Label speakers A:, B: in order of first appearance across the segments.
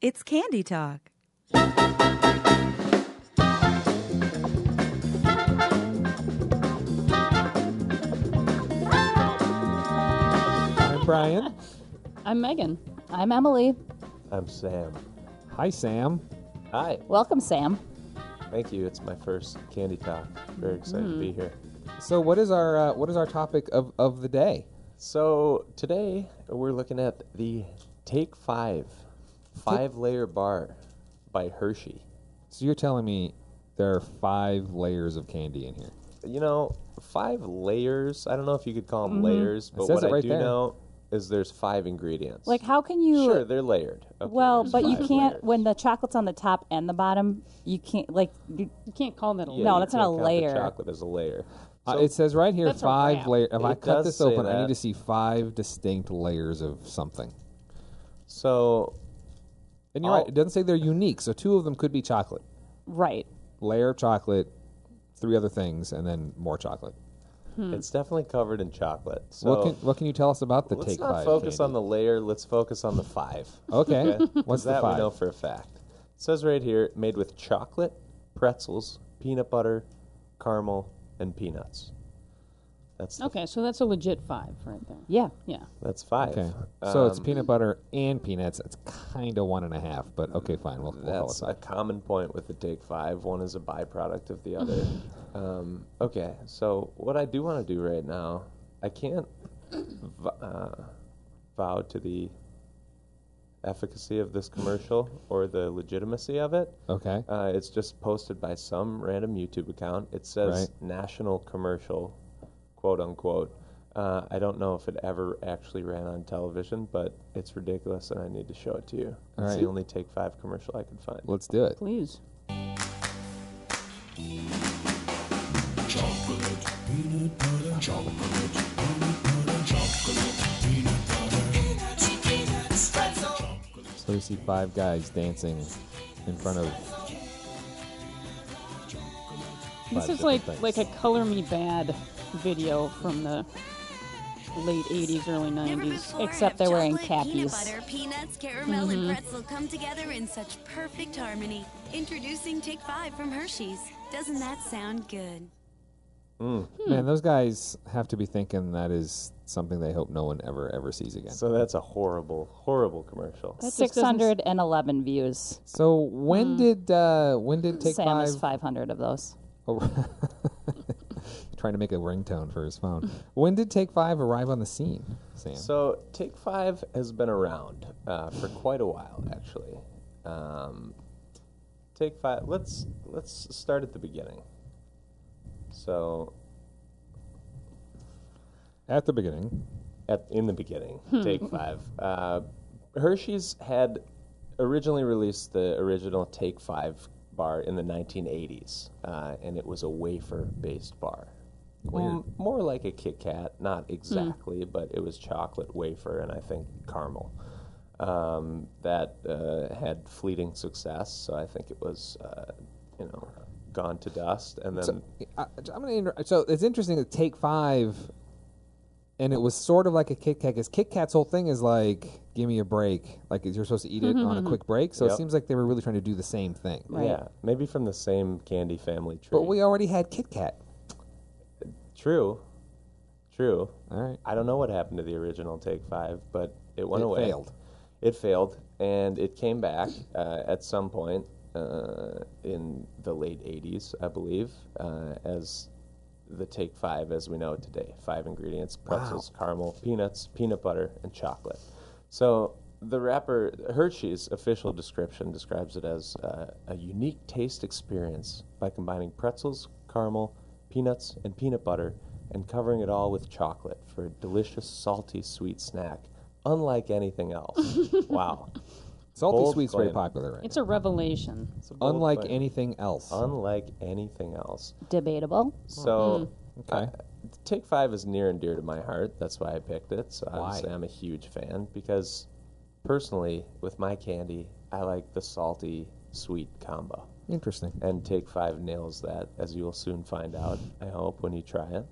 A: It's Candy Talk.
B: I'm Brian.
C: I'm Megan. I'm Emily.
B: I'm Sam.
D: Hi, Sam.
B: Hi.
C: Welcome, Sam.
B: Thank you. It's my first Candy Talk. Very excited to
C: Mm-hmm.
B: be here.
D: So, what is our uh, what is our topic of, of the day?
B: So today we're looking at the Take Five Five Layer Bar by Hershey.
D: So, you're telling me there are five layers of candy in here.
B: You know, five layers. I don't know if you could call
C: Mm-hmm.
B: them layers, but
D: says
B: what
D: it
B: I
D: right
B: do
D: there.
B: know is there's five ingredients.
C: Like, how can you?
B: sure, they're layered. Okay,
C: Well,
B: there's
C: but you
B: five
C: can't
B: layers.
C: when the chocolate's on the top and the bottom. You can't like you,
E: You can't call that a
B: Yeah,
C: no,
B: you
C: that's not
B: can't
C: a
B: count the
C: layer.
B: Chocolate is a layer.
D: Uh,
B: So-
D: it says right here
E: That's a
D: five
E: wrap.
D: layer. If I
B: It
D: cut
B: does
D: this
B: say
D: open, I
B: that.
D: need to see five distinct layers of something.
B: So
D: And you're
B: All-
D: right. It doesn't say they're unique. So, two of them could be chocolate.
C: right.
D: Layer of chocolate, three other things, and then more chocolate.
C: Hmm.
B: it's definitely covered in chocolate. So
D: what can what can you tell us about the
B: let's
D: Take
B: not
D: Five?
B: focus
D: candy?
B: on the layer. Let's focus on the five.
D: Okay. What's
B: Because
D: the
B: that we know
D: five?
B: for a fact. It says right here, made with chocolate, pretzels, peanut butter, caramel, and peanuts. That's the,
E: Okay, so that's a legit five right there.
C: Yeah.
E: Yeah.
B: That's five.
D: Okay. So it's
B: Um,
D: peanut butter and peanuts. It's kind of one and a half, but okay, fine. We'll, we'll call it
B: That's
D: five.
B: a common point with the Take Five. One is a byproduct of the other. um, okay, so what I do want to do right now, I can't v- uh, vow to the efficacy of this commercial or the legitimacy of it.
D: Okay.
B: Uh, it's just posted by some random YouTube account. It says
D: Right.
B: national commercial, quote unquote. Uh, I don't know if it ever actually ran on television, but it's ridiculous, and I need to show it to you.
D: All
B: it's
D: right.
B: the only Take Five commercial I could find.
D: Let's do it.
E: Please.
D: So we see five guys dancing in front of.
E: This
D: Five
E: is
D: different
E: like
D: things.
E: like a color me bad video from the late eighties, early
F: Never
E: nineties.
F: before
C: except
F: have
C: they're wearing
F: chocolate, Peanut
C: khakis. Mm-hmm.
F: butter, peanuts, caramel, and pretzel come together in such perfect harmony. Introducing Take Five from Hershey's. Doesn't that sound good?
E: hmm.
D: Man, those guys have to be thinking that is something they hope no one ever ever sees again. So,
B: So that's a horrible, horrible commercial.
E: That just
C: Six hundred and eleven views.
E: Hmm.
D: when did uh, when did Take
C: Sam
D: Five?
C: is five hundred of those.
D: Oh, trying to make a ringtone for his phone. When did Take Five arrive on the scene, Sam?
B: So Take Five has been around uh, for quite a while, actually. Um, Take Five. Let's let's start at the beginning. So
D: At the beginning.
B: at in the beginning.
D: Hmm.
B: Take five. Uh, Hershey's had originally released the original Take Five bar in the 1980s, uh, and it was a wafer-based bar.
D: Mm.
B: Well, more like a Kit Kat, not exactly, but it was chocolate wafer and I think caramel. Um, that uh, had fleeting success, so I think it was, uh, you know, gone to dust. And then
D: I, I'm gonna inter- so it's interesting that Take Five, and it was sort of like a Kit Kat because Kit Kat's whole thing is like, give me a break, like you're supposed to eat it on a quick break. So it
B: Yep.
D: seems like they were really trying to do the same thing.
B: yeah, maybe from the same candy family tree.
D: But we already had Kit Kat.
B: True. True.
D: All right.
B: I don't know what happened to the original Take Five, but it went
D: It
B: away.
D: failed.
B: It failed, and it came back uh, at some point uh, in the late '80s, I believe, uh, as the Take Five as we know it today: five ingredients, pretzels, caramel, peanuts, peanut butter, and chocolate. So the rapper Hershey's official description describes it as uh, a unique taste experience by combining pretzels, caramel, peanuts, and peanut butter, and covering it all with chocolate for a delicious, salty, sweet snack, unlike anything else. wow.
D: Salty
B: Bold
D: sweet's very
B: claim.
D: popular right
E: It's a revelation.
B: It's a bold
D: Unlike
B: claim.
D: anything else.
B: unlike anything else.
C: Hmm. Debatable.
B: So
D: okay.
B: uh, Take Five is near and dear to my heart. That's why I picked it. So
D: Why?
B: obviously, I'm a huge fan because personally, with my candy, I like the salty sweet combo.
D: Interesting.
B: And Take Five nails that, as you'll soon find out, I hope, when you try it.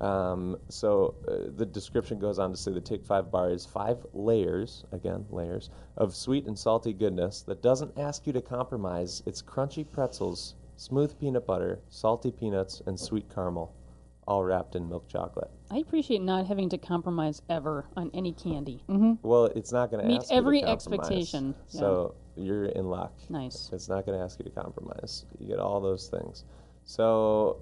B: Um, so uh, the description goes on to say the Take Five bar is five layers, again, layers, of sweet and salty goodness that doesn't ask you to compromise its crunchy pretzels, smooth peanut butter, salty peanuts, and sweet caramel, all wrapped in milk chocolate.
E: I appreciate not having to compromise ever on any candy.
B: Well, it's not going to
E: Meet
B: ask
E: every
B: you to compromise.
E: expectation, yeah.
B: So you're in luck.
E: Nice.
B: It's not going to ask you to compromise. You get all those things. So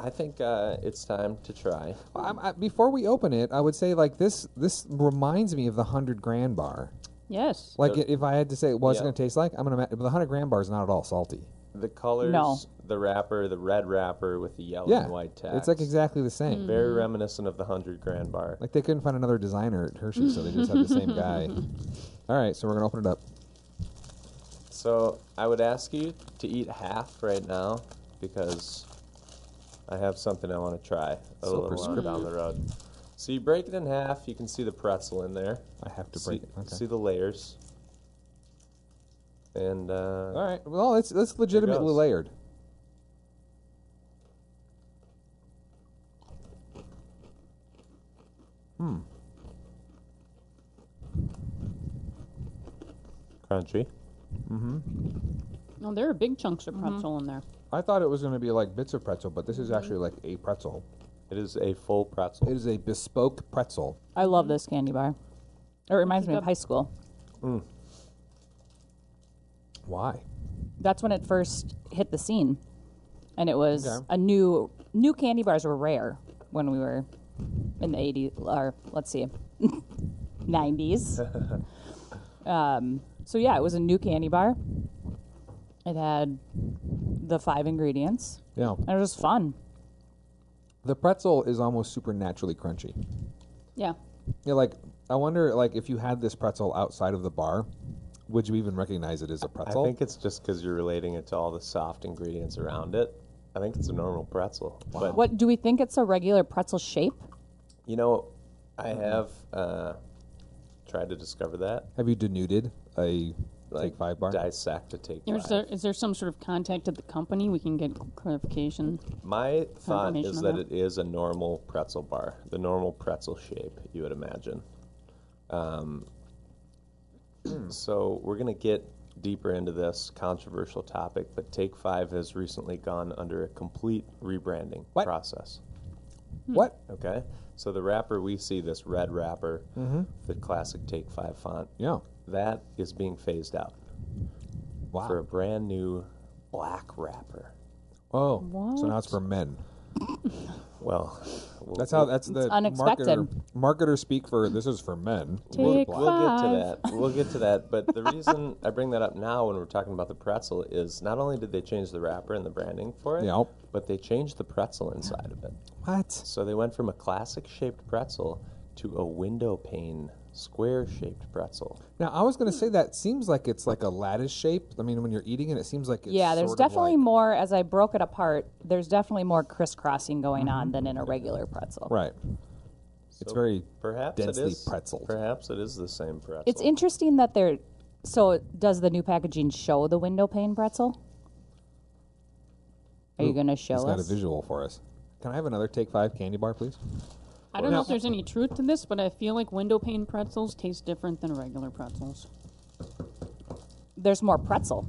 B: I think uh, it's time to try.
D: Well, I'm, I, before we open it, I would say like this. This reminds me of the hundred grand bar.
E: Yes.
D: Like i- if I had to say what's
B: Yeah.
D: going to taste like, I'm going to. But the hundred grand bar is not at all salty.
B: The colors,
C: No.
B: the wrapper, the red wrapper with the yellow
D: Yeah,
B: and white text.
D: it's like exactly the same.
E: Hmm.
B: very reminiscent of the hundred grand bar.
D: Like they couldn't find another designer at Hershey, so they just had the same guy. All right, so we're gonna open it up.
B: So I would ask you to eat half right now because I have something I want to try a
D: So
B: little longer down the road. So you break it in half. You can see the pretzel in there.
D: I have to
B: see,
D: break it. Okay.
B: see the layers. And uh,
D: All right. Well, it's that's legitimately
B: goes.
D: layered.
B: crunchy.
E: No, there are big chunks of pretzel in there.
D: I thought it was gonna be like bits of pretzel, but this is actually like a pretzel.
B: It is a full pretzel.
D: It is a bespoke pretzel.
C: I love this candy bar. It reminds me of high school.
D: Why?
C: That's when it first hit the scene, and it was
D: Okay.
C: a new new candy bars were rare when we were in the 80s or let's see, 90s. um, so yeah, it was a new candy bar. It had the five ingredients,
D: Yeah.
C: and it was fun.
D: The pretzel is almost supernaturally crunchy.
E: Yeah.
D: Yeah, like I wonder, like if you had this pretzel outside of the bar, would you even recognize it as a
B: I
D: pretzel?
B: think it's just because you're relating it to all the soft ingredients around it. I think it's a normal pretzel. But
C: What do we think? It's a regular pretzel shape.
B: you know, I
D: Mm-hmm.
B: have uh, tried to discover that.
D: Have you denuded a
B: Like
D: take five bar?
B: Dissect a take
E: Is
B: five.
E: there, is there some sort of contact at the company we can get clarification?
B: My thought
E: Confirmation
B: is
E: on
B: that
E: that.
B: it is a normal pretzel bar, the normal pretzel shape you would imagine. Um, so we're going to get deeper into this controversial topic, but Take Five has recently gone under a complete rebranding
D: What?
B: process.
D: What?
B: Okay, so the wrapper we see this red wrapper, the classic Take Five font,
D: Mm-hmm. Yeah.
B: that is being phased out
D: Wow.
B: for a brand new black wrapper.
D: oh, so now it's for men.
B: Well, we'll-
D: That's how. That's the
C: unexpected.
D: Marketer, marketer speak for this is for men.
B: We'll get
E: Take
B: to
E: five.
B: that. We'll get to that. But the reason I bring that up now when we're talking about the pretzel is not only did they change the wrapper and the branding for it,
D: Yep.
B: but they changed the pretzel inside of it.
D: What?
B: So they went from a classic shaped pretzel to a window pane square shaped pretzel.
D: Now I was gonna say that seems like it's like a lattice shape. I mean, when you're eating it, it seems like it's
C: yeah, there's
D: sort of
C: definitely
D: like-
C: more. As I broke it apart, there's definitely more crisscrossing going on than in a regular pretzel.
D: Mm-hmm. right. it's
B: So
D: very
B: perhaps it
D: densely
B: is,
D: pretzeled.
B: Perhaps it is the same pretzel.
C: It's interesting that they're. So, does the new packaging show the window pane pretzel? Are you going to show
D: It's not a
C: us?
D: visual for us. Can I have another take five candy bar, please?
E: I don't know if there's any truth to this, but I feel like window pane pretzels taste different than regular pretzels.
C: There's more pretzel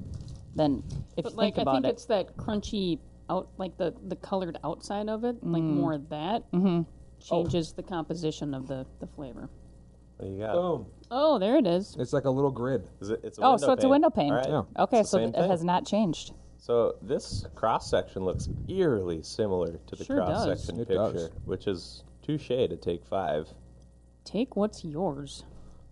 C: than if
E: But
C: you
E: like,
C: think
E: I
C: about
E: think
C: it.
E: it's that crunchy out, like the the colored outside of it, like more of that changes the composition of the the flavor.
B: What do you got?
D: Boom.
E: Oh, there it is.
D: It's like a little grid.
B: Is it- it's a
C: oh, so it's a window pane.
B: All right.
D: Yeah.
C: Okay,
B: It's
C: so
B: the same
C: th- it
B: thing.
C: has not changed.
B: So this cross section looks eerily similar to the
E: Sure does.
B: cross section
D: It
B: picture,
D: does.
B: which is touche to take five.
E: Take what's yours.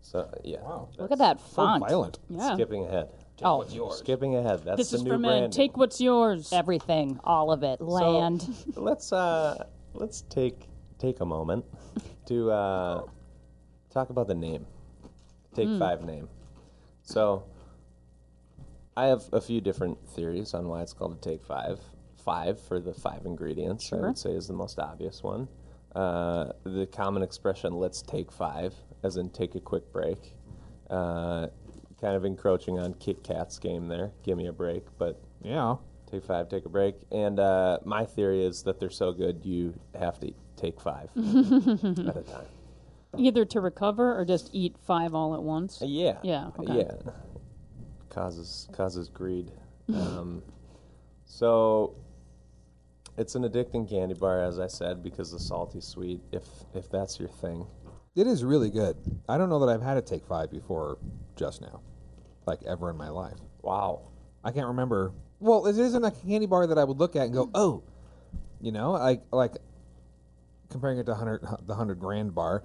B: So yeah,
D: Wow.
C: Look at that
D: So
C: font.
D: violent.
E: Yeah.
B: skipping ahead.
C: oh,
B: Skipping ahead. That's
E: This
B: the
E: is
B: new
E: for men.
B: brand.
E: Take what's yours.
C: everything, all of it, land.
B: let's uh, let's take take a moment to uh, talk about the name. Take five name. So I have a few different theories on why it's called a take five. Five for the five ingredients, I would say, is the most obvious one. Uh, the common expression "let's take five, as in take a quick break, uh, kind of encroaching on Kit Kat's game there. Give me a break, but
D: Yeah.
B: Take five, take a break. And uh, my theory is that they're so good, you have to take five at a time.
E: Either to recover or just eat five all at once.
B: Uh, Yeah.
E: Yeah, okay.
B: Yeah. Causes causes greed. Um, so it's an addicting candy bar, as I said, because the salty sweet. If if that's your thing,
D: It is really good. I don't know that I've had a take five before just now, like ever in my life.
B: wow.
D: I can't remember. Well, it isn't like a candy bar that I would look at
C: Mm.
D: and go, oh, you know, like like comparing it to 100, the hundred grand bar,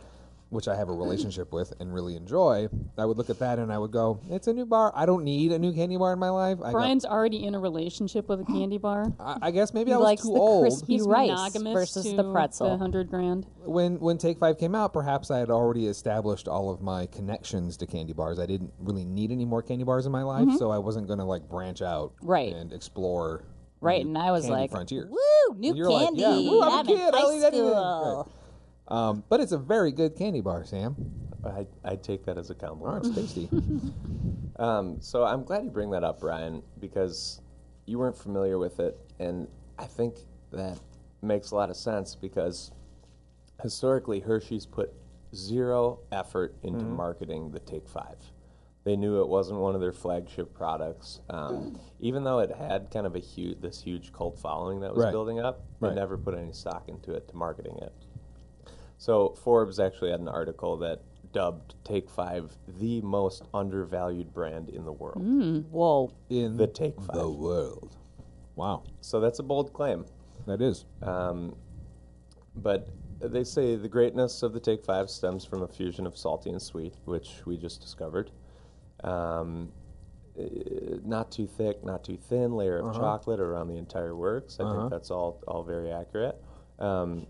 D: which I have a
C: Mm-hmm.
D: relationship with and really enjoy. I would look at that and I would go, it's a new bar. I don't need a new candy bar in my life. I, got, Uh,
E: Brian's already in a relationship with a candy bar.
D: I, I guess maybe
C: He
D: I was
C: likes
D: too
C: the
D: old
C: crispy-
E: He's
C: rice
E: monogamous
C: versus
E: to
C: the pretzel.
E: hundred grand.
D: when when Take Five came out. Perhaps I had already established all of my connections to candy bars. I didn't really need any more candy bars in my life, so I wasn't going to like branch out
C: Mm-hmm. Right.
D: and explore.
C: Right,
D: new
C: and I was
D: candy
C: like,
D: frontiers.
C: "Woo, new
D: And you're like,
C: candy!"
D: yeah, woo, I'm,
C: I'm
D: a kid.
C: in high
D: I'll eat anything.
C: school.
D: Right. Um, but it's a very good candy bar, Sam.
B: I I take that as a compliment.
D: Oh, it's tasty.
B: Um, so I'm glad you bring that up, Brian, because you weren't familiar with it, and I think that makes a lot of sense because historically Hershey's put zero effort into marketing the Take Five. They knew it wasn't one of their flagship products, um, even though it had kind of a huge this huge cult following that was
D: Right.
B: building up. They
D: Right.
B: never put any stock into it to marketing it. So Forbes actually had an article that dubbed Take Five the most undervalued brand in the world.
C: Whoa,
D: In
B: The Take Five.
D: the world. Wow,
B: So that's a bold claim.
D: that is.
B: But they say the greatness of the Take Five stems from a fusion of salty and sweet, which we just discovered. Um, eh, not too thick, not too thin layer of chocolate around the entire works. I think that's all all very accurate. Um,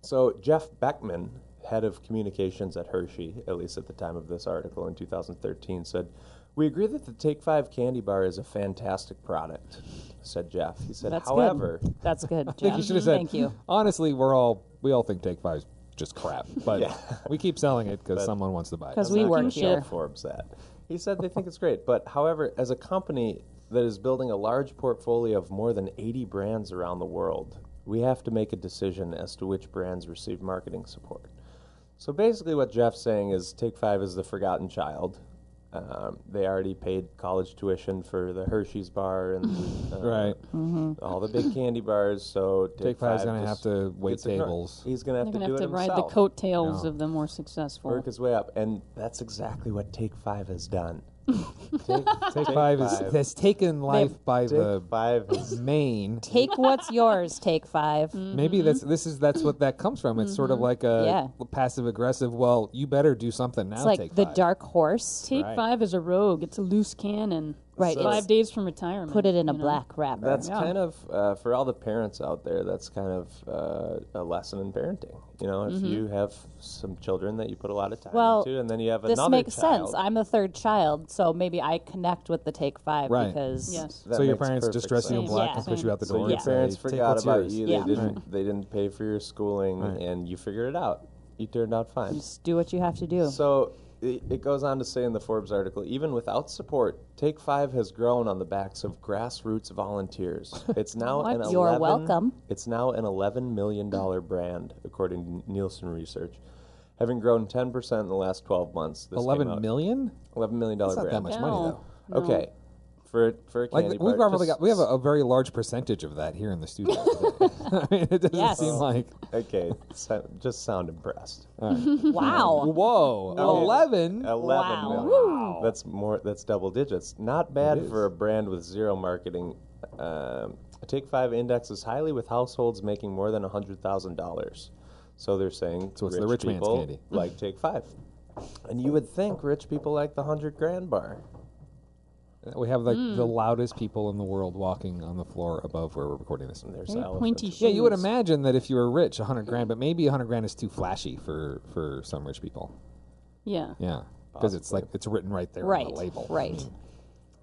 B: so Jeff Beckman, head of communications at Hershey, at least at the time of this article in 2013, said, "We agree that the Take Five candy bar is a fantastic product," said Jeff. He said,
C: that's
B: "However."
C: good. That's good. Jeff.
D: think you should have said.
C: Thank you.
D: Honestly, we're all we all think Take Five's just crap, but we keep selling it because someone wants to buy it.
C: 'Cause we
B: not
C: work
B: gonna
C: here.
B: show Forbes that. He said they think it's great, but however, as a company that is building a large portfolio of more than 80 brands around the world, we have to make a decision as to which brands receive marketing support. So basically, what Jeff's saying is Take Five is the forgotten child. Um, they already paid college tuition for the Hershey's bar and uh,
D: Right.
E: Mm-hmm.
B: all the big candy bars. So Take,
D: Take Five's
B: Five
D: gonna have
B: just
D: to wait
B: gets ignored.
D: tables.
B: He's going to have
E: They're
B: to
E: gonna
B: do
E: have
B: it
E: to ride the
B: himself
E: coattails of the more successful.
B: work his way up, and that's exactly what Take Five has done. Take,
D: Take Five is,
B: Five.
D: has taken life by
B: Take
D: the
B: Five has
D: mane.
C: Take what's yours. Take 5
E: Mm.
D: Maybe that's this is that's what that comes from. It's sort
C: Mm-hmm.
D: of like a passive aggressive. Well, you better do something now.
C: It's like
D: Take
C: the
D: Five.
C: dark horse.
E: Take
D: Right.
E: five is a rogue. It's a loose cannon.
C: Right,
E: Five
C: it's-
E: days from retirement.
C: Put it in a
E: you know?
C: black wrapper.
B: That's kind of uh, for all the parents out there. That's kind of uh, a lesson in parenting. You know, if you have some children that you put a lot of time
C: Mm-hmm. Well,
B: into, and then you have
C: this
B: another
C: makes
B: child,
C: sense. I'm the third child, so maybe I connect with the take five
D: Right.
C: because
E: Yes.
B: that
D: so your
B: makes
D: parents just
B: perfect
D: dress you in
E: sense.
D: black
C: Yeah.
D: and push you out the
B: So
D: door.
B: your
D: and
B: parents
D: say, "Take
B: forgot
D: what's
B: about
D: yours."
B: you. They
C: Yeah.
B: didn't. They didn't pay for your schooling, and you figured it out. You turned out fine.
C: just do what you have to do.
B: So it, it goes on to say in the Forbes article, even without support, Take Five has grown on the backs of grassroots volunteers. It's now an 11,
C: You're welcome.
B: It's now an eleven million dollar brand, according to Nielsen research, having grown ten percent in the last twelve months. This came out-
D: Eleven million.
B: Eleven million dollar
D: That's not
B: brand.
D: that much money
E: No.
D: though.
B: Okay, for for a
D: Like
B: candy bar,
D: we've probably
B: just-
D: got, we have a, a very large percentage of that here in the studio. today. I mean, it doesn't
C: Yes.
D: seem like
B: okay. So, just sound impressed.
C: wow.
D: whoa, eleven.
B: Eleven million.
C: Wow.
B: That's more. That's double digits. Not bad for a brand with zero marketing. Um, Take Five indexes highly with households making more than hundred thousand dollars. So they're saying
D: So it's
B: rich
D: the rich man's
B: people
D: candy.
B: like Take Five, and you would think rich people like the hundred grand bar.
D: We have like the
C: Mm.
D: loudest people in the world walking on the floor above where we're recording this.
B: There's
E: Very
B: elephants.
E: pointy shoes.
D: Yeah, you would imagine that if you were rich, a hundred grand, but maybe a hundred grand is too flashy for for some rich people.
E: Yeah.
D: Yeah, because it's like it's written right there
C: Right.
D: on the label.
C: Right.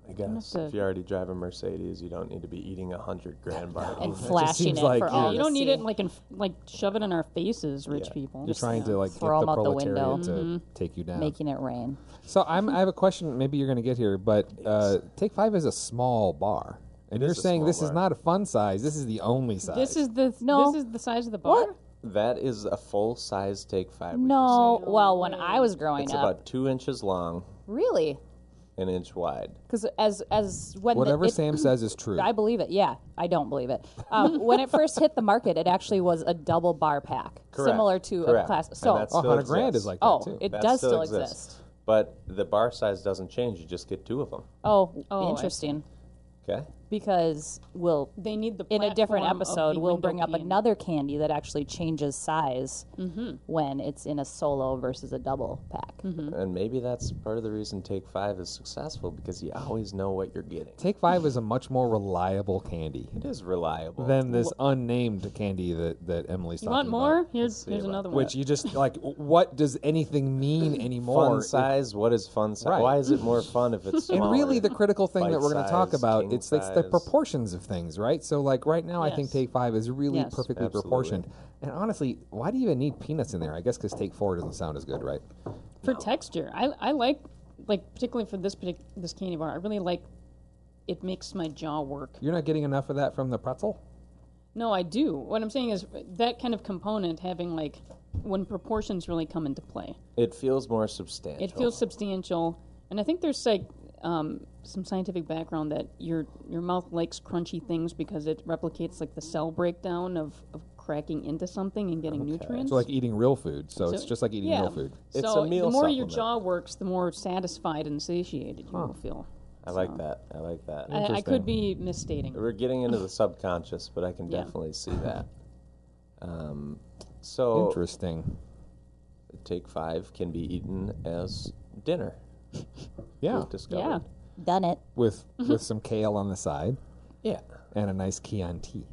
B: I guess
C: uh,
E: have
B: if
E: to-
B: you already drive a Mercedes, you don't need to be eating a hundred grand bar.
C: And
B: It's
C: flashing
D: seems
C: it
D: like
C: for
D: you-
C: all
E: You
C: to
E: don't need
C: see.
E: it like in, like shove it in our faces, rich people.
D: You're trying to like
C: Throw
D: get
C: 'em
D: the
C: out the
D: proletariat
C: window.
D: to
B: Mm-hmm.
D: take you down.
C: making it rain.
D: So I'm, I have a question. Maybe you're going to get here, but uh, Take Five is a small bar, and
B: It
D: you're
B: is a
D: saying
B: small
D: this is
B: bar.
D: not a fun size. This is the only size.
E: This is the
C: No.
E: This is the size of the bar.
B: That is a full size take five. would you
C: No,
B: say?
C: well, when I was growing
B: It's
C: up,
B: about two inches long,
C: really,
B: an inch wide.
C: because as as when the-
D: Whatever
C: it-
D: Sam says is true.
C: I believe it. Yeah, I don't believe it. Um, when it first hit the market, it actually was a double bar pack,
B: Correct.
C: similar to
B: Correct.
C: a class.
B: And
C: So,
B: that's
D: A
B: still
D: hundred grand
B: exists.
D: is like
C: oh,
D: that too.
C: it
B: That
C: does still exist.
B: But the bar size doesn't change. You just get two of them.
C: Oh,
E: I
C: interesting.
B: Okay.
C: Because we'll
E: They need the
C: in a different
E: platform of
C: episode
E: the
C: we'll
E: window
C: bring up
E: pane. Mm-hmm.
C: another candy that actually changes size when it's in a solo versus a double pack.
B: And maybe that's part of the reason Take Five is successful because you always know what you're getting.
D: Take Five is a much more reliable candy
B: It is reliable.
D: than this unnamed candy that that Emily's
E: You
D: talking
E: want
D: about.
E: more? Here's
B: see
E: here's
B: about
E: another one.
D: Which you just like. What does anything mean anymore?
B: fun size. What is fun size?
D: Right.
B: Why is it more fun if it's
D: And
B: smaller?
D: really, the critical thing that we're going to
B: Bite
D: talk
B: size,
D: about
B: king
D: it's it's the
B: size.
D: proportions of things, right? So like right now, I think
E: Yes.
D: Take Five is really
E: Yes.
D: perfectly
B: Absolutely.
D: proportioned. And honestly, why do you even need peanuts in there? I guess because Take Four doesn't sound as good, right?
E: for texture, I, I like like particularly for this partic- this candy bar. I really like it makes my jaw work.
D: You're not getting enough of that from the pretzel.
E: No, I do. What I'm saying is that kind of component having like when proportions really come into play.
B: It feels more substantial.
E: It feels substantial, and I think there's like um, some scientific background that your your mouth likes crunchy things because it replicates like the cell breakdown of, of cracking into something and getting nutrients.
D: So like eating real food. So, it's
E: So-
D: just like eating
E: yeah.
D: real food.
B: It's
E: so
B: a meal
E: the more your
B: supplement.
E: jaw works, the more satisfied and satiated you will feel.
B: I like that. I like that.
E: I, I could be misstating.
B: We're getting into the subconscious, but I can
E: Yeah.
B: definitely see that. Um, so
D: Interesting.
B: Take Five can be eaten as dinner.
D: Yeah,
B: We've discovered.
C: Done it.
D: with
E: Mm-hmm.
D: with some kale on the side
B: Yeah.
D: and a nice Chianti.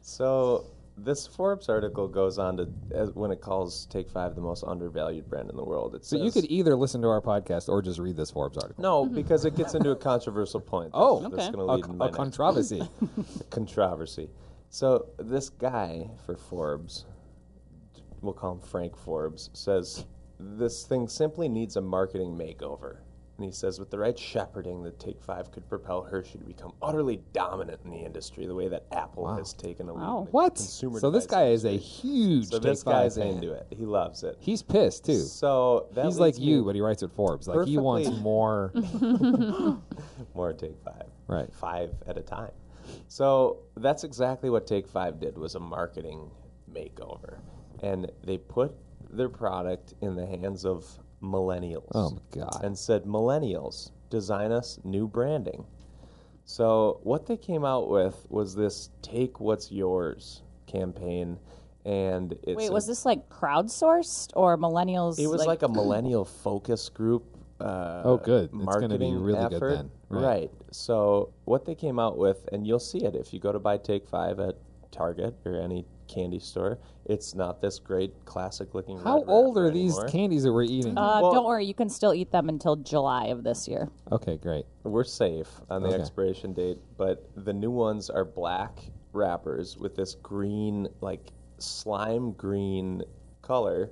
B: So this Forbes article goes on to as, when it calls Take Five the most undervalued brand in the world. It
D: So you
B: says-
D: could e- either listen to our podcast or just read this Forbes article.
B: No, because it gets into a controversial point.
D: Oh.
B: that's, that's
E: Okay.
B: going
D: A,
B: to lead into my
D: a
B: next
D: controversy.
B: controversy. So this guy for Forbes, we'll call him Frank Forbes, says this thing simply needs a marketing makeover. And he says, with the right shepherding, the Take Five could propel Hershey to become utterly dominant in the industry, the way that Apple has taken a lead.
C: Oh.
B: in the
D: what?
B: Consumer
D: So this
B: device
D: guy is a
B: industry.
D: huge.
B: So this
D: Take Five
B: guy's
D: fan.
B: into it. He loves it.
D: He's pissed too.
B: So that
D: He's
B: leads
D: like you,
B: me-
D: but he writes at Forbes. Like he wants
B: Perfectly.
D: more.
B: more take five
D: Right.
B: five at a time so that's exactly what take five did was a marketing makeover and they put their product in the hands of millennials
D: Oh, my God.
B: and said millennials design us new branding so what they came out with was this take what's yours campaign and it's
C: Wait,
B: a-
C: was this like crowdsourced or millennials?
B: it was like, a millennial focus group. Uh,
D: Oh, good. It's gonna be
B: Marketing
D: really good
B: effort.
D: then. Right.
B: Right. So what they came out with, and you'll see it if you go to buy Take Five at Target or any candy store. It's not this great classic looking.
D: How
B: red
D: old
B: wrapper
D: are these
B: anymore.
D: candies that we're eating?
C: uh,
B: well-
C: don't worry, you can still eat them until July of this year.
D: okay, great.
B: We're safe on the
D: Okay.
B: expiration date, but the new ones are black wrappers with this green, like slime green color,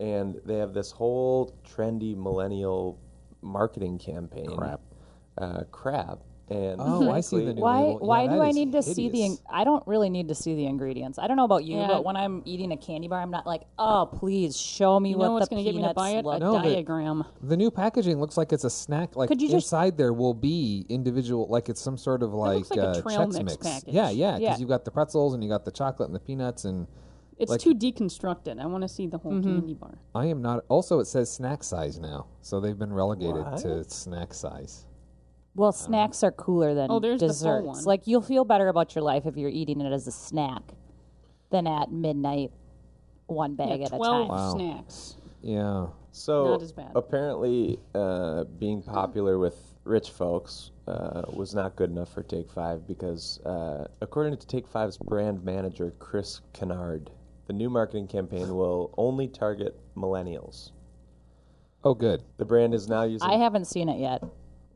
B: and they have this whole trendy millennial marketing campaign.
D: Crap.
B: Uh, crap. And
D: Oh, I see the
B: frankly,
D: new
C: Why?
D: label. Yeah,
C: why
D: that
C: do I
D: is
C: need to see the?
D: hideous.
C: In- I don't really need to see the ingredients. I don't know about you,
E: Yeah.
C: but when I'm eating a candy bar, I'm not like, oh, please show me
E: You
C: what
E: know what's
C: the
E: going to get me to
C: peanuts
E: buy it?
C: look
E: A
D: No, but-
E: diagram.
D: The new packaging looks like it's a snack. Like
C: Could you just-
D: inside there will be individual, like it's some sort of like,
E: looks like a
D: uh,
E: trail
D: Chex
E: mix
D: mix.
E: package.
D: Yeah, yeah, because
E: Yeah.
D: you've got the pretzels and you got the chocolate and the peanuts, and
E: It's
D: Like-
E: too deconstructed. I want to see the whole candy bar.
D: I am not. Also, it says snack size now, so they've been relegated to snack size.
C: Well, snacks are cooler than
E: Oh, there's the full
C: desserts.
E: one.
C: Like you'll feel better about your life if you're eating it as a snack than at midnight, one bag
E: Yeah,
C: at a
E: Twelve
C: time.
D: Wow.
E: snacks.
D: Yeah,
B: so
E: not as bad.
B: apparently, uh, being popular with rich folks uh, was not good enough for Take Five because, uh, according to Take Five's brand manager Chris Kennard, the new marketing campaign will only target millennials.
D: Oh, good.
B: The brand is now using
C: I haven't seen it yet.
B: the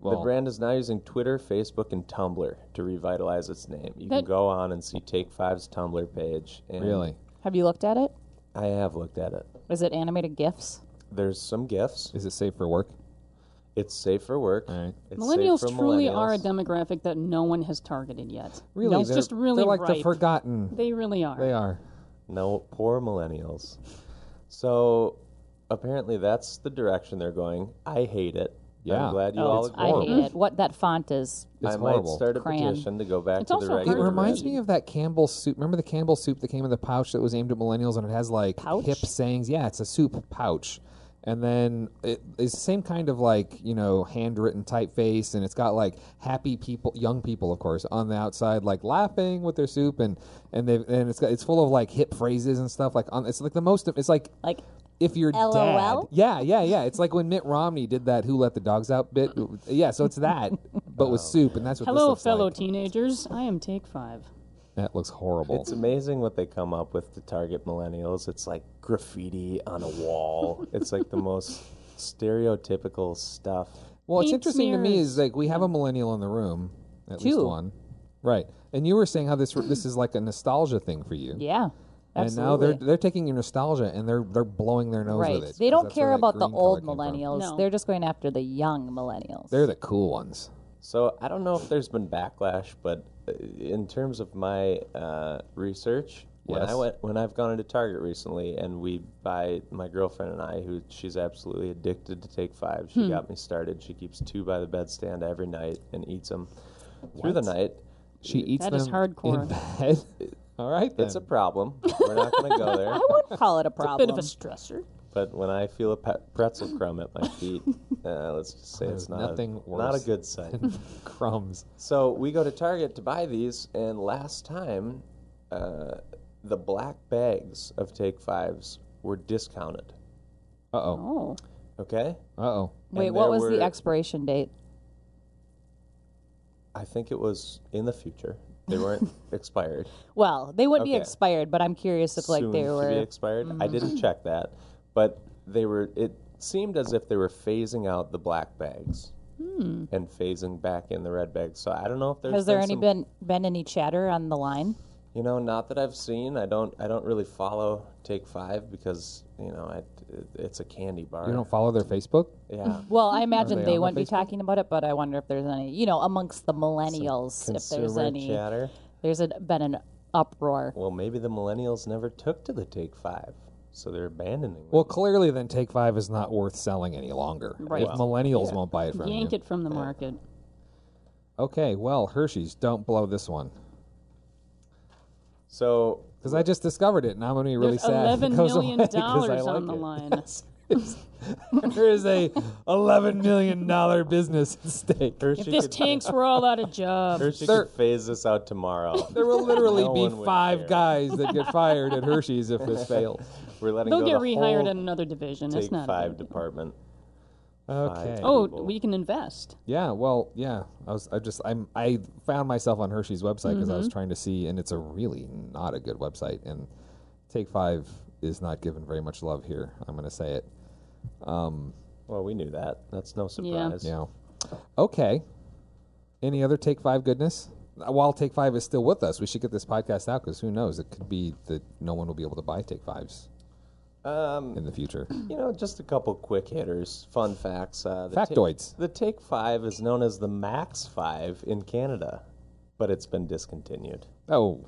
D: Well-
B: brand is now using Twitter, Facebook, and Tumblr to revitalize its name. You can
E: That-
B: go on and see Take Five's Tumblr page. And
D: Really,
C: Have you looked at it?
B: I have looked at it.
C: Is it animated gifs?
B: There's some gifs.
D: is it safe for work?
B: It's safe for work.
D: All right.
B: It's safe
E: Millennials
B: for
E: truly are a
B: millennials.
E: demographic that no one has targeted yet.
D: Really,
E: it's
D: they're-
E: just really
D: they're like the
E: ripe.
D: forgotten.
E: They really are.
D: They are.
B: No, poor millennials. So apparently that's the direction they're going. I hate it.
D: Yeah.
B: I'm glad you
C: Oh,
B: all
D: it's
B: agree.
C: I
D: horrible.
C: hate it. What that font is.
D: It's
B: I
D: horrible.
B: might start a
C: Crayon.
B: petition to go back
E: It's
B: to
E: also
B: the
E: hard
D: It
B: regular.
E: to
D: reminds
E: read.
D: me of that Campbell soup. Remember the Campbell soup that came in the pouch that was aimed at millennials and it has like
C: Pouch?
D: hip sayings? Yeah, it's a soup pouch. And then it is the same kind of like, you know, handwritten typeface and it's got like happy people, young people of course, on the outside like laughing with their soup and and they and it's got, it's full of like hip phrases and stuff like on it's like the most of it's like
C: Like,
D: if your dad
C: LOL?
D: Yeah, yeah, yeah. It's like when Mitt Romney did that who let the dogs out bit. Yeah, so it's that but with soup and that's what this
E: Hello,
D: looks
E: fellow
D: like.
E: teenagers. I am Take Five.
D: That looks horrible.
B: It's amazing what they come up with to target millennials. It's like graffiti on a wall. it's like the most stereotypical stuff.
D: Well, it's
E: Paint
D: interesting to me is
E: smears.
D: like we have a millennial in the room, at least
C: Two.
D: one, right? And you were saying how this this is like a nostalgia thing for you,
C: yeah.
D: and now they're
C: Absolutely.
D: they're taking your nostalgia and they're they're blowing their nose
C: right.
D: with it. 'cause
C: They don't
D: that's where
C: care
D: that
C: about the
D: green color
C: old
D: came from.
C: millennials.
E: No.
C: They're just going after the young millennials.
D: They're the cool ones.
B: So I don't know if there's been backlash, but uh, in terms of my uh, research, when I
D: Yes.
B: went when I've gone into Target recently, and we buy my girlfriend and I, who she's absolutely addicted to Take Five. She got me started. She keeps two by the bedstand every night and eats them through the night.
D: She eats
E: That
D: them
E: is hardcore.
D: in bed. All right, then.
B: It's a problem. We're not going to go there.
C: I would call it a problem.
E: Bit of a stressor.
B: But when I feel a pe- pretzel crumb at my feet, uh, let's just say it's
D: There's
B: not
D: nothing
B: a, not a
D: worse.
B: good sign.
D: crumbs.
B: So we go to Target to buy these, and last time, uh, the black bags of Take Fives were discounted.
D: Uh oh.
E: Oh,
B: Okay,
D: Uh oh.
C: Wait,
B: and
C: what
B: there
C: was
B: were-
C: the expiration date?
B: I think it was in the future. They weren't expired.
C: Well, they wouldn't be
B: Okay.
C: expired, but I'm curious if like
B: soon
C: they
B: to be
C: were. Mm-hmm.
B: expired. I didn't check that, but they were. It seemed as if they were phasing out the black bags and phasing back in the red bags. So I don't know if there's
C: Hmm. Has there
B: been
C: any
B: some-
C: been been any chatter on the line?
B: You know, not that I've seen. I don't. I don't really follow Take Five because you know, I, it, it's a candy bar.
D: You don't follow their Facebook?
B: yeah.
C: Well, I imagine
D: they
C: they,
D: on the
C: wouldn't be
D: Facebook?
C: talking about it, but I wonder if there's any, you know, amongst the millennials, if there's
B: Consumer
C: any,
B: chatter.
C: there's a, been an uproar.
B: Well, maybe the millennials never took to the Take Five, so they're abandoning. it.
D: Well, clearly, then Take Five is not worth selling any longer. Right. If millennials won't buy it from
E: yank
D: you.
E: it from the market.
D: Okay, well, Hershey's, don't blow this one.
B: so
D: Because I just discovered it, and I'm gonna be really
E: There's
D: sad. if
E: eleven
D: it goes
E: million
D: away 'cause I
E: dollars on the
D: like it.
E: line.
D: There is a eleven million dollar business at stake.
B: Hershey
E: This
B: could,
E: tanks were all out of job.
B: Hershey
D: Sir-
B: could phase this out tomorrow.
D: There will literally
B: No one
D: be
B: would
D: five
B: care.
D: guys that get fired at Hershey's if this fails.
B: We're letting
E: They'll
B: go
E: get
B: the
E: rehired
B: whole
E: in another division.
B: Take
E: it's not a
B: Five
E: big deal.
B: department.
D: Okay.
E: Oh,
B: people.
E: we can invest.
D: Yeah. Well. Yeah. I was. I just. I'm. I found myself on Hershey's website because I
E: Mm-hmm.
D: was trying to see, and it's a really not a good website. And Take Five is not given very much love here. I'm gonna say it.
B: Well, we knew that. That's no surprise.
D: Yeah. Okay. Any other Take Five goodness? While Take Five is still with us, we should get this podcast out because who knows? It could be that no one will be able to buy Take Fives
B: Um,
D: in the future.
B: you know, just a couple quick hitters, fun facts. Uh, the Take-
D: Factoids.
B: the Take Five is known as the Max Five in Canada, but it's been discontinued.
D: Oh,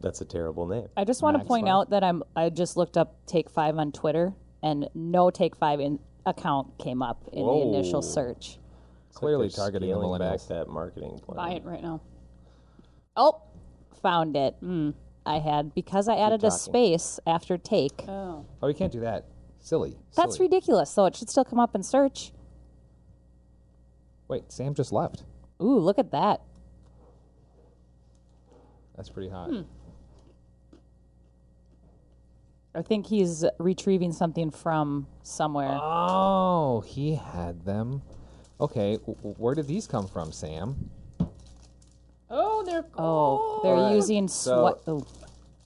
B: That's a terrible name.
C: I just want to point out that I'm, I just looked up Take Five on Twitter, and no Take Five in, account came up in the
B: Whoa.
C: initial search.
D: clearly
B: They're
D: targeting the
B: scaling back
D: millennials.
B: that marketing plan.
E: Buy it right now.
C: Oh, found it. Hmm, I had because I added a
B: talking.
C: space after take.
E: Oh,
D: oh, you can't do that. Silly.
C: That's
D: Silly.
C: ridiculous. So it should still come up in search.
D: Wait, Sam just left.
C: Ooh, look at that.
D: That's pretty hot.
C: Hmm. I think he's retrieving something from somewhere.
D: Oh, he had them. Okay, w- w- where did these come from, Sam?
E: oh, they're
C: oh, they're
B: Alright,
C: using
B: so-
C: swi- oh,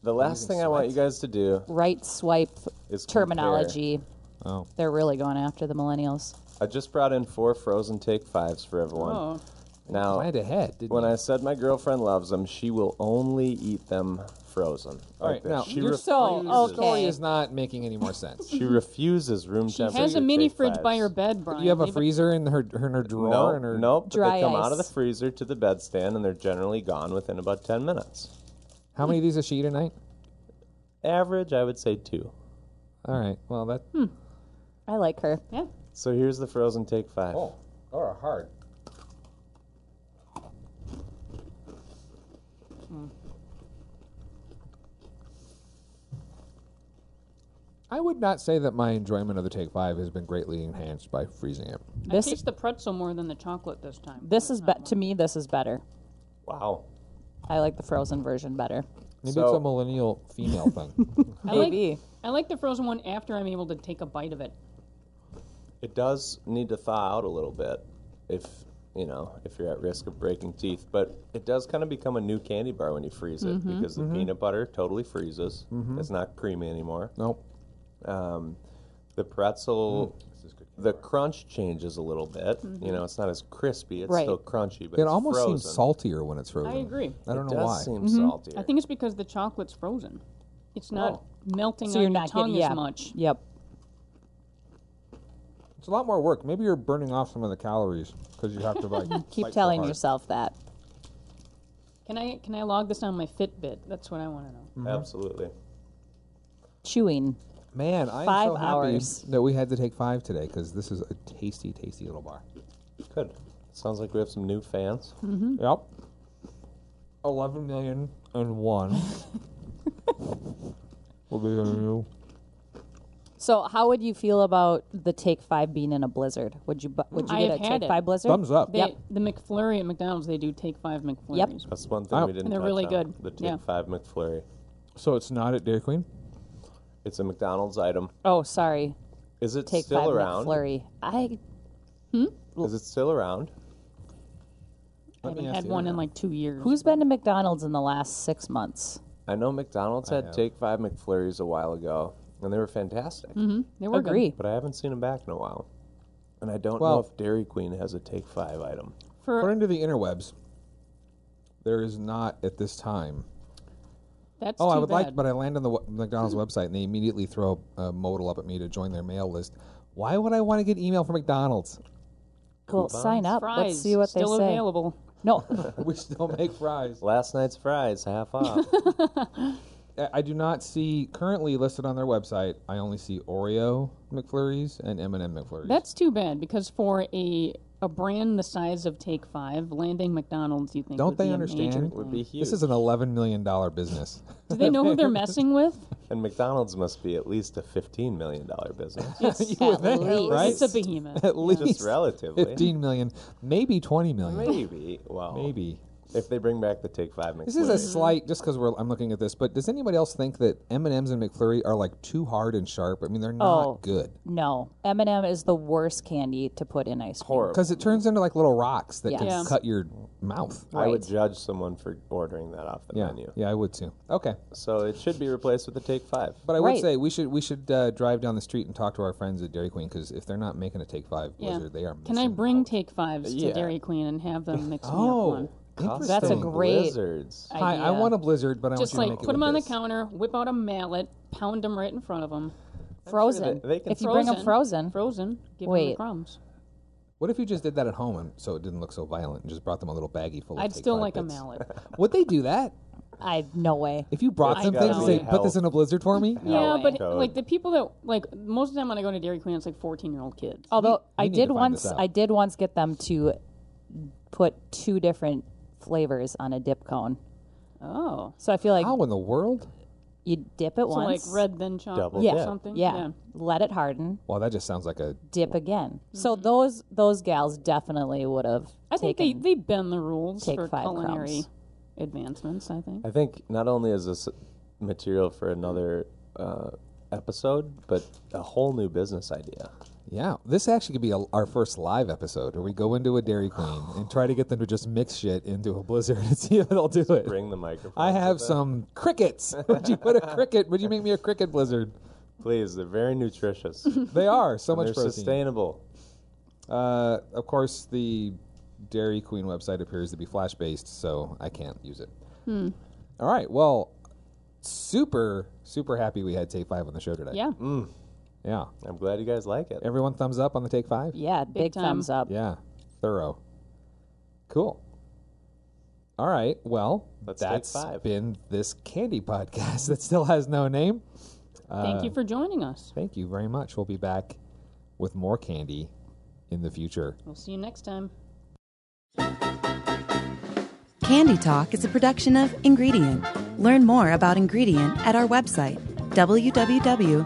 B: The last thing I want you guys to do
C: right swipe
B: is compare.
C: terminology.
D: Oh.
C: They're really going after the millennials.
B: I just brought in four frozen take fives for everyone.
E: Oh,
B: Now,
D: Planned ahead, didn't
B: when
D: you?
B: I said my girlfriend loves them, she will only eat them frozen.
D: All
B: like
D: right,
B: that.
D: now
B: she
D: your
B: refuses,
C: So,
D: Your story
C: Okay.
D: is not making any more sense.
B: she refuses room
E: She
B: temperature.
E: has a mini
B: Take
E: fridge by
B: Fives.
E: her bed, Brian.
D: you have a
E: Leave it-
D: freezer in her her- in her drawer
B: No,
D: and her
B: nope. but
C: Dry
B: they come out of the
C: ice.
B: freezer to the bedstand, and they're generally gone within about ten minutes.
D: How many of these is she eat a night?
B: Average, I would say two.
D: All right. Well, that
C: I like her.
E: Yeah.
B: So here's the frozen take five.
D: Oh, or a hard. Hmm. I would not say that my enjoyment of the Take Five has been greatly enhanced by freezing it.
C: This-
E: I taste the pretzel more than the chocolate this time.
C: This is be- to me. This is better.
B: Wow.
C: I like the frozen version better.
D: Maybe it's
B: So-
D: a millennial female thing.
E: I like-
C: Maybe.
E: I like the frozen one after I'm able to take a bite of it.
B: It does need to thaw out a little bit if you know if you're at risk of breaking teeth, but it does kind of become a new candy bar when you freeze it
D: Mm-hmm,
B: because the peanut butter totally freezes. It's not creamy anymore.
D: nope.
B: Um, the pretzel, the crunch changes a little bit. You know, it's not as crispy. It's
C: Right.
B: still crunchy, but
D: Mm-hmm. It
B: it's
D: almost
B: frozen.
D: seems saltier when it's frozen.
E: I agree.
D: I don't
B: it
D: know
B: does
D: why. Mm-hmm.
B: seem saltier.
E: I think it's because the chocolate's frozen. It's not melting
C: Oh. So
E: on
C: you're
E: your
C: not
E: tongue
C: getting yeah.
E: as much.
C: Yep.
D: it's a lot more work. Maybe you're burning off some of the calories because you have to like
C: Keep
D: fight so
C: telling
D: hard.
C: yourself that.
E: Can I can I log this on my Fitbit? That's what I want to know.
B: Absolutely.
C: Chewing.
D: Man, I'm so
C: Five
D: happy
C: hours.
D: that we had to take five today because this is a tasty, tasty little bar.
B: Good. Sounds like we have some new fans.
D: Yep. Eleven million and one. will be the new.
C: So, how would you feel about the Take Five being in a blizzard? Would you bu- would you
E: I
C: get
E: have
C: a
E: had
C: Take
E: it.
C: Five blizzard?
D: Thumbs up.
E: They, The McFlurry at McDonald's, they do take five McFlurries.
B: That's one thing
D: Oh.
B: we didn't.
E: They're
B: touch
E: really
B: on,
E: good.
B: The Take
E: Yeah.
B: Five McFlurry.
D: So it's not at Dairy Queen.
B: It's a McDonald's item.
C: Oh, sorry.
B: Is it
C: Take
B: still
C: Five
B: around?
C: McFlurry. I
B: Is it still around?
E: I
D: Let me
E: haven't
D: ask
E: had
D: you
E: one
D: that.
E: in like two years.
C: who's been to McDonald's in the last six months?
B: I know McDonald's had Take Five McFlurries a while ago, and they were fantastic.
E: They were good.
C: Agree.
B: But I haven't seen them back in a while, and I don't
D: Well-
B: know if Dairy Queen has a Take Five item.
E: For
D: According to the interwebs, there is not at this time.
E: that's
D: Oh,
E: too
D: I would like,
E: bad.
D: but I land on the w- McDonald's website and they immediately throw a modal up at me to join their mail list. Why would I want to get email from McDonald's?
C: Cool. Sign up.
E: Fries
C: Let's see what
E: still
C: they say.
E: available.
C: No,
D: we still make fries.
B: Last night's fries half off.
D: I I do not see currently listed on their website. I only see Oreo McFlurries and M&M McFlurries.
E: That's too bad because for a a brand the size of Take Five, landing McDonald's, you think
D: Don't
E: would
D: they
E: be a
D: understand?
E: major-
B: would be huge.
D: this is an eleven million dollar business.
E: Do they know who they're messing with?
B: and McDonald's must be at least a fifteen million dollar business.
E: It's,
C: at least.
D: right?
E: it's a behemoth.
D: At least
B: Just relatively.
D: fifteen million, maybe twenty million,
B: Maybe. Well,
D: maybe.
B: if they bring back the Take Five McFlurry.
D: This is a slight, just because I'm looking at this. But does anybody else think that M and M's and McFlurry are like too hard and sharp? I mean, they're not
C: Oh.
D: good
C: no. M&M is the worst candy to put in ice cream.
B: horrible.
D: because it turns into like little rocks that can
E: Yeah.
D: cut your mouth.
B: I would judge someone for ordering that off the
D: Yeah,
B: menu.
D: yeah, I would too. Okay,
B: So it should be replaced with the Take Five.
D: But I
C: Right.
D: would say we should we should uh, drive down the street and talk to our friends at Dairy Queen because if they're not making a Take Five
E: Yeah.
D: Blizzard, they are.
E: Can I
D: missing
E: bring
D: out.
E: Take Fives to
B: Yeah.
E: Dairy Queen and have them mix me up
D: Oh,
E: one?
D: interesting.
C: That's a gr- great
B: Blizzards.
D: Hi, I
E: idea.
D: want a Blizzard, but I want
E: Just
D: you
E: like
D: to make
E: put
D: it
E: them
D: with
E: on
D: this.
E: the counter, whip out a mallet, pound them right in front of them.
C: Frozen.
B: they- they can
C: if you bring them frozen,
E: frozen, give them the
C: Wait.
E: crumbs.
D: What if you just did that at home and so it didn't look so violent and just brought them a little baggie full of
E: I'd
D: Take
E: still
D: Five
E: like a
D: bits?
E: mallet.
D: Would they do that
C: I no way.
D: if you brought
E: I
D: them things and
E: don't.
D: say, "Put this in a Blizzard for me"?
E: Yeah,
C: way.
E: but
B: Code.
E: like the people that like most of the time when I go to Dairy Queen, it's like fourteen-year-old kids.
C: Although
D: we
C: I
D: need
C: did
D: to find this
C: once,
D: out.
C: I did once get them to put two different flavors on a dip cone.
E: Oh,
C: So I feel like
D: How in the world?
C: you dip it
E: so like
C: once,
E: red then chocolate
B: Double
E: or
B: dip.
E: something.
C: yeah, let it harden,
D: Well, that just sounds like a.
C: dip again. So those those gals definitely would have.
E: Mm-hmm. I think they, they bend the rules
C: take
E: for
C: five
E: culinary
C: crumbs.
E: advancements. I think
B: I think not only is this material for another uh, episode, but a whole new business idea.
D: Yeah, this actually could be a, our first live episode where we go into a Dairy Queen and try to get them to just mix shit into a Blizzard and see if they'll do it.
B: Bring the microphone.
D: I have some crickets. Would you put a cricket? Would you make me a cricket blizzard?
B: Please, they're very nutritious. And
D: They are so much
B: they're
D: protein.
B: sustainable.
D: uh, of course, the Dairy Queen website appears to be flash based, so I can't use it. All right. Well, super, super happy we had Take Five on the show today.
E: Yeah.
B: Mm.
D: Yeah.
B: I'm glad you guys like it.
D: Everyone thumbs up on the Take Five?
C: Yeah, big,
E: time.
C: thumbs up.
D: Yeah. Thorough. Cool. All right. Well,
B: Let's take
D: that's
B: five.
D: been this candy podcast that still has no name.
E: Thank you for joining us.
D: Thank you very much. We'll be back with more candy in the future.
E: We'll see you next time.
A: Candy Talk is a production of Ingredient. Learn more about Ingredient at our website, www.ingredient.mn.